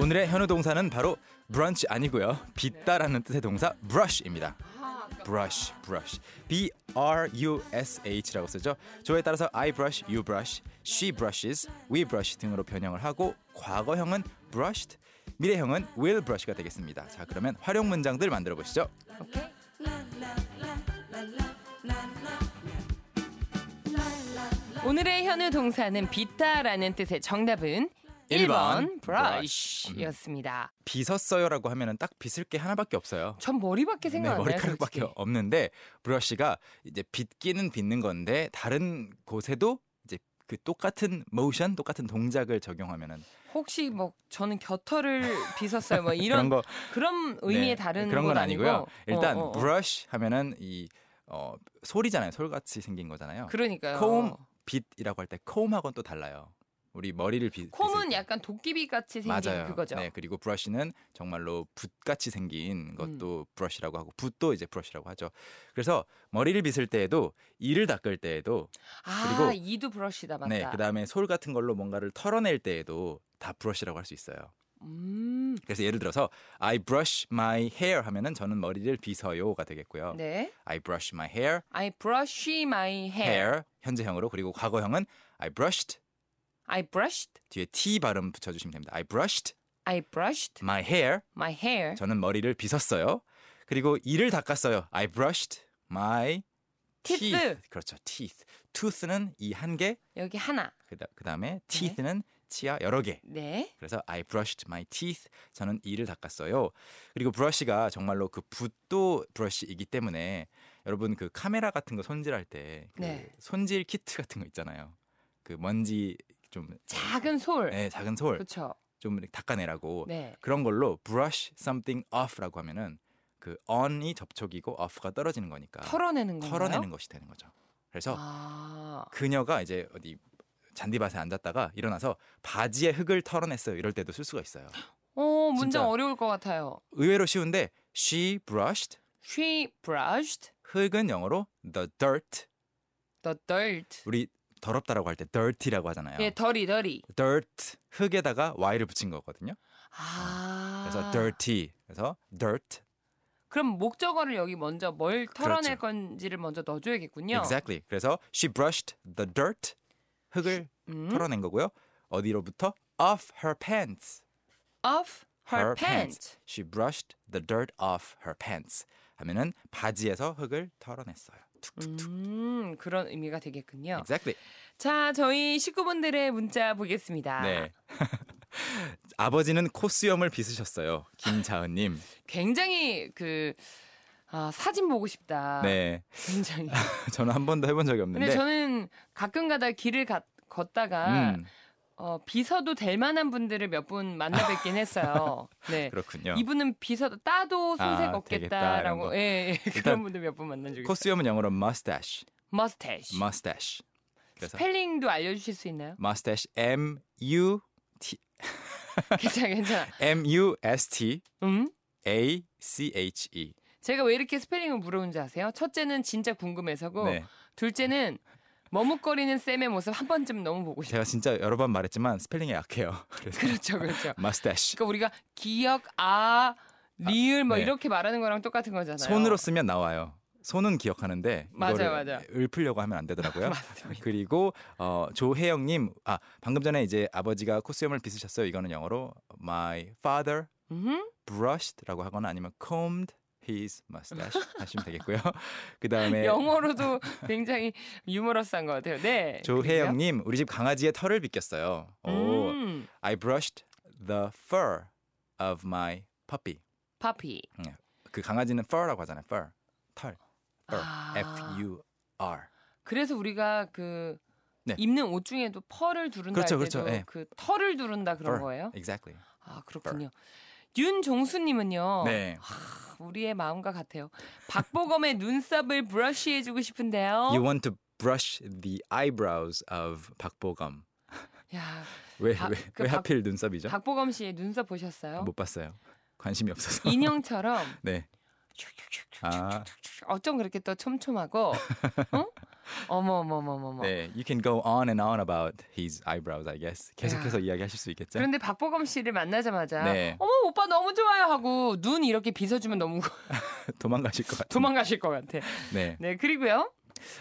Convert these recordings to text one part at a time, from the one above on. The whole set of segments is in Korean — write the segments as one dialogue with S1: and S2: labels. S1: 오늘의 현우 동사는 바로 브런치 아니고요. 빗다라는 뜻의 동사 brush입니다. brush, brush. B R U S H라고 쓰죠. 조에 따라서 I brush, you brush, she brushes, we brush 등으로 변형을 하고 과거형은 brushed, 미래형은 will brush가 되겠습니다. 자, 그러면 활용 문장들 만들어 보시죠.
S2: 오늘의 현우 동사는 빗다라는 뜻의 정답은
S1: 일 번,
S2: 1번 brush였습니다.
S1: 빗었어요라고 하면은 딱 빗을 게 하나밖에 없어요.
S2: 전 머리밖에 생각
S1: 네,
S2: 안 나요.
S1: 머리카락밖에
S2: 솔직히.
S1: 없는데 브러쉬가 이제 빗기는 빗는 건데 다른 곳에도 이제 그 똑같은 모션, 똑같은 동작을 적용하면은
S2: 혹시 뭐 저는 겨털을 빗었어요. 뭐
S1: 그런
S2: 이런
S1: 거
S2: 그런 의미의
S1: 네,
S2: 다른
S1: 그런 건
S2: 건
S1: 아니고요.
S2: 아니고.
S1: 일단
S2: 어, 어, 어.
S1: 브러쉬 하면은 이 어, 소리잖아요. 솔같이 생긴 거잖아요.
S2: 그러니까요.
S1: 콤 빗이라고 할 때 콤하고는 또 달라요. 우리 머리를 빗
S2: 콤은 약간 도끼비 같이 생긴
S1: 맞아요.
S2: 그거죠.
S1: 네, 그리고 브러쉬는 정말로 붓같이
S2: 음.
S1: 생긴 것도 브러쉬라고 하고 붓도 이제 브러쉬라고 하죠. 그래서 머리를 빗을 때에도 이를 닦을 때에도
S2: 아
S1: 그리고-
S2: 이도 브러쉬다 맞다.
S1: 네, 그다음에 솔 같은 걸로 뭔가를 털어낼 때에도 다 브러쉬라고 할 수 있어요.
S2: 음,
S1: 그래서 예를 들어서 I brush my hair 하면은 저는 머리를 빗어요가 되겠고요.
S2: 네.
S1: I brush my hair,
S2: I brush my hair.
S1: hair 현재형으로 그리고 과거형은 I brushed
S2: I brushed.
S1: 뒤에 t 발음 붙여주시면 됩니다. I brushed
S2: I brushed
S1: my hair.
S2: my hair.
S1: 저는 머리를 빗었어요. 그리고 이를 닦았어요. I brushed my
S2: Teeth.
S1: 그렇죠, teeth. tooth는 이 한 개,
S2: 여기 하나.
S1: 그다- 그다음에 teeth는 치아 여러 개.
S2: 네.
S1: 그래서 I brushed my teeth. 저는 이를 닦았어요. 그리고 브러쉬가 정말로 그 붓도 브러쉬이기 때문에 여러분 그 카메라 같은 거 손질할 때그
S2: 네.
S1: 손질 키트 같은 거 있잖아요. 그 먼지 좀
S2: 작은 솔.
S1: 네, 작은 솔
S2: 그렇죠.
S1: 좀 이렇게 닦아내라고
S2: 네.
S1: 그런 걸로 brush something off라고 하면은 그 on이 접촉이고 off가 떨어지는 거니까
S2: 털어내는 건가요?
S1: 아, 털어내는 것이 되는 거죠. 그래서
S2: 아.
S1: 그녀가 이제 어디 잔디밭에 앉았다가 일어나서 바지에 흙을 털어냈어요. 이럴 때도 쓸 수가 있어요.
S2: 어, 문장
S1: 진짜.
S2: 어려울 것 같아요.
S1: 의외로 쉬운데 she brushed
S2: She brushed
S1: 흙은 영어로 the dirt
S2: the dirt.
S1: 우리 더럽다라고 할 때 dirty라고 하잖아요.
S2: 예, 덜이 덜이.
S1: dirt 흙에다가 y를 붙인 거거든요.
S2: 아.
S1: 그래서 dirty 그래서 dirt
S2: 그럼 목적어를 여기 먼저 뭘 털어낼
S1: 그렇죠.
S2: 건지를 먼저 넣어줘야겠군요.
S1: exactly 그래서 she brushed the dirt 흙을
S2: 음.
S1: 털어낸 거고요. 어디로부터 off her pants
S2: Off her, pants.
S1: she brushed the dirt off her pants 하면은 바지에서 흙을 털어냈어요. 툭툭툭
S2: 음, 그런 의미가 되겠군요.
S1: exactly
S2: 자, 저희 식구분들의 문자 보겠습니다.
S1: 네. 아버지는 코수염을 빗으셨어요. 김자은님.
S2: 굉장히 그 아, 사진 보고 싶다.
S1: 네.
S2: 굉장히.
S1: 저는 한 번도 해본 적이
S2: 아. 근데
S1: 없는데.
S2: 저는 가끔가다 길을 가- 걷다가
S1: 음,
S2: 어, 비서도 될 만한 분들을 몇 분 만나 뵙긴 했어요. 네.
S1: 그렇군요.
S2: 이분은 비서 따도 손색
S1: 아, 되겠다, 이런
S2: 없겠다라고
S1: 거.
S2: 예, 예. 그런
S1: 일단
S2: 분들 몇 분 만난 적이 있어요.
S1: 코수염은 영어로 mustache.
S2: 머스테시.
S1: mustache. 그래서
S2: 스펠링도 알려 주실 수 있나요?
S1: mustache M U T
S2: 괜찮아 괜찮아.
S1: M U S T
S2: 음?
S1: A C H E.
S2: 제가 왜 이렇게 스펠링을 물어본지 아세요? 첫째는 진짜 궁금해서고
S1: 네.
S2: 둘째는 머뭇거리는 쌤의 모습 한 번쯤 너무 보고 싶어요.
S1: 제가 진짜 여러 번 말했지만 스펠링이 약해요. 그래서
S2: 그렇죠. 그렇죠.
S1: mustache.
S2: 그러니까 우리가 기억 아 리을 뭐
S1: 네.
S2: 이렇게 말하는 거랑 똑같은 거잖아요.
S1: 손으로 쓰면 나와요. 손은 기억하는데
S2: 맞아요,
S1: 이거를
S2: 맞아요.
S1: 읊으려고 하면 안 되더라고요.
S2: 맞습니다.
S1: 그리고 어, 조혜영님, 아 방금 전에 이제 아버지가 코수염을 빗으셨어요. 이거는 영어로 my father
S2: 음?
S1: brushed라고 하거나 아니면 combed his mustache 하시면 되겠고요. 그 다음에
S2: 영어로도 네, 굉장히 유머러스한 것 같아요. 네.
S1: 조혜영님, 우리 집 강아지의 털을 빗겼어요.
S2: 그리고요?
S1: 오,
S2: 음,
S1: I brushed the fur of my puppy.
S2: 파피.
S1: 그 강아지는 fur라고 하잖아요. fur, 털, fur,
S2: 아.
S1: f u r.
S2: 그래서 우리가 그
S1: 네.
S2: 입는 옷 중에도 펄을 두른다
S1: 그렇죠,
S2: 할
S1: 그렇죠.
S2: 때도 그
S1: 예.
S2: 털을 두른다 그런
S1: fur.
S2: 거예요?
S1: Exactly.
S2: 아 그렇군요. 윤종수님은요.
S1: 네.
S2: 우리의 마음과 같아요. 박보검의 눈썹을 브러쉬해주고 싶은데요.
S1: You want to brush the eyebrows of 박보검.
S2: 야,
S1: 왜,
S2: 박-
S1: 왜,
S2: 그
S1: 왜
S2: 박-
S1: 하필 눈썹이죠? 뭐.
S2: 박보검 씨의 눈썹 보셨어요?
S1: 못 봤어요. 관심이 없어서.
S2: 인형처럼
S1: 네. 아,
S2: 어쩜 그렇게 또 촘촘하고 어? 어머 어머 어머 어머.
S1: 네, you can go on and on about his eyebrows, I guess. 계속해서 이야기하실 수 있겠죠?
S2: 그런데 박보검 씨를 만나자마자
S1: 네.
S2: 어머 오빠 너무 좋아요 하고 눈 이렇게 빗어주면 너무
S1: 도망가실 것 같아요.
S2: 도망가실 것 같아.
S1: 네.
S2: 네 그리고요.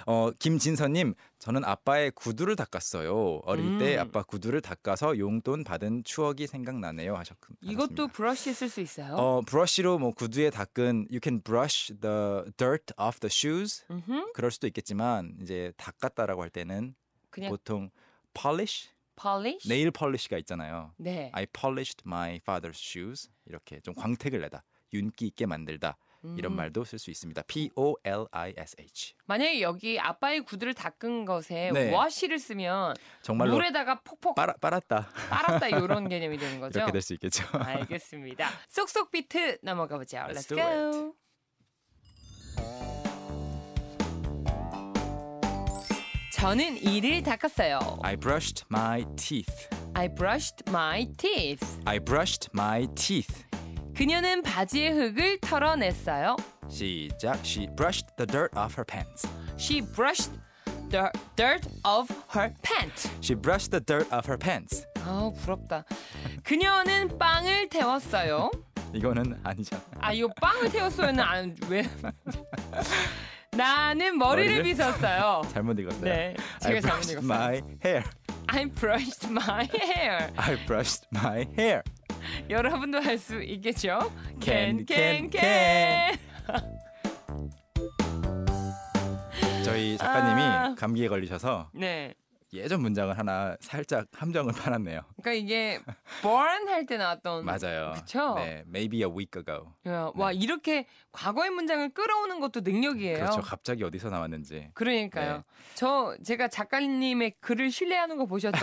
S1: 어, 김진서님, 저는 아빠의 구두를 닦았어요. 어릴 때
S2: 음.
S1: 아빠 구두를 닦아서 용돈 받은 추억이 생각나네요. 하셨,
S2: 이것도
S1: 하셨습니다.
S2: 브러쉬 쓸 수 있어요.
S1: 어, 브러쉬로 뭐 구두에 닦은 you can brush the dirt off the shoes.
S2: 음흠.
S1: 그럴 수도 있겠지만 이제 닦았다라고 할 때는
S2: 그냥
S1: 보통 polish,
S2: polish.
S1: 네일 polish가 있잖아요.
S2: 네.
S1: I polished my father's shoes. 이렇게 좀 광택을 내다, 윤기 있게 만들다 이런
S2: 음.
S1: 말도 쓸 수 있습니다. P O L I S H.
S2: 만약에 여기 아빠의 구두를 닦은 것에
S1: 네.
S2: wash를 쓰면
S1: 정말로
S2: 물에다가 폭폭
S1: 빨아, 빨았다
S2: 빨았다 이런 개념이 되는 거죠.
S1: 이렇게 될 수 있겠죠.
S2: 알겠습니다. 쏙쏙 비트 넘어가 보죠.
S1: Let's
S2: Let's,
S1: do
S2: go. 저는 이를 닦았어요.
S1: I brushed my teeth.
S2: I brushed my teeth.
S1: I brushed my teeth.
S2: 그녀는 바지의 흙을 털어냈어요.
S1: 시작. She brushed the dirt off her pants.
S2: She brushed the dirt off her pants.
S1: She brushed the dirt off her pants.
S2: 아 부럽다. 그녀는 빵을 태웠어요.
S1: 이거는 아니잖아.
S2: 아 이거 빵을 태웠어요는 안왜 나는 머리를
S1: 머리를?
S2: 빗었어요.
S1: 잘못 읽었어요.
S2: 네,
S1: I
S2: 제가 잘못
S1: brushed
S2: 읽었어요.
S1: my hair.
S2: I brushed my hair.
S1: I brushed my hair.
S2: 여러분도 할 수 있겠죠?
S1: Can, can, can. 저희 작가님이
S2: 아.
S1: 감기에 걸리셔서
S2: 네.
S1: 예전 문장을 하나 살짝 함정을 팔았네요.
S2: 그러니까 이게 born 할 때 나왔던
S1: 맞아요.
S2: 그쵸?
S1: 네, maybe a week ago.
S2: 야, 와 이렇게 과거의 문장을 끌어오는 것도 능력이에요.
S1: 그렇죠. 갑자기 어디서 나왔는지.
S2: 니까요
S1: 네.
S2: 저 제가 작가님의 글을 신뢰하는 거 보셨죠?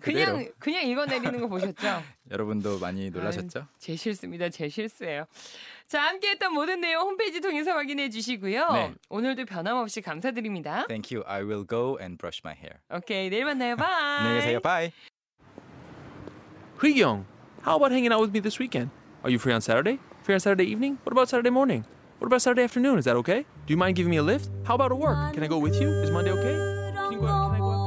S1: 그대로.
S2: 그냥 그냥 읽어 내리는 거 보셨죠?
S1: 여러분도 많이 놀라셨죠?
S2: 제 실수입니다. 제 실수예요. 자, 함께했던 모든 내용 홈페이지 통해서 확인해 주시고요.
S1: 네.
S2: 오늘도 변함없이 감사드립니다.
S1: Thank you. I will go and brush my hair.
S2: 오케이, 내일 만나요. 바이.
S1: 안녕히 계세요. Bye.
S3: Young, how about hanging out with me this weekend? Are you free on Saturday? Free on Saturday evening? What about Saturday morning? What about Saturday afternoon? Is that okay? Do you mind giving me a lift? How about at work? Can I go with you? Is Monday okay? Can you go out? Can I go out?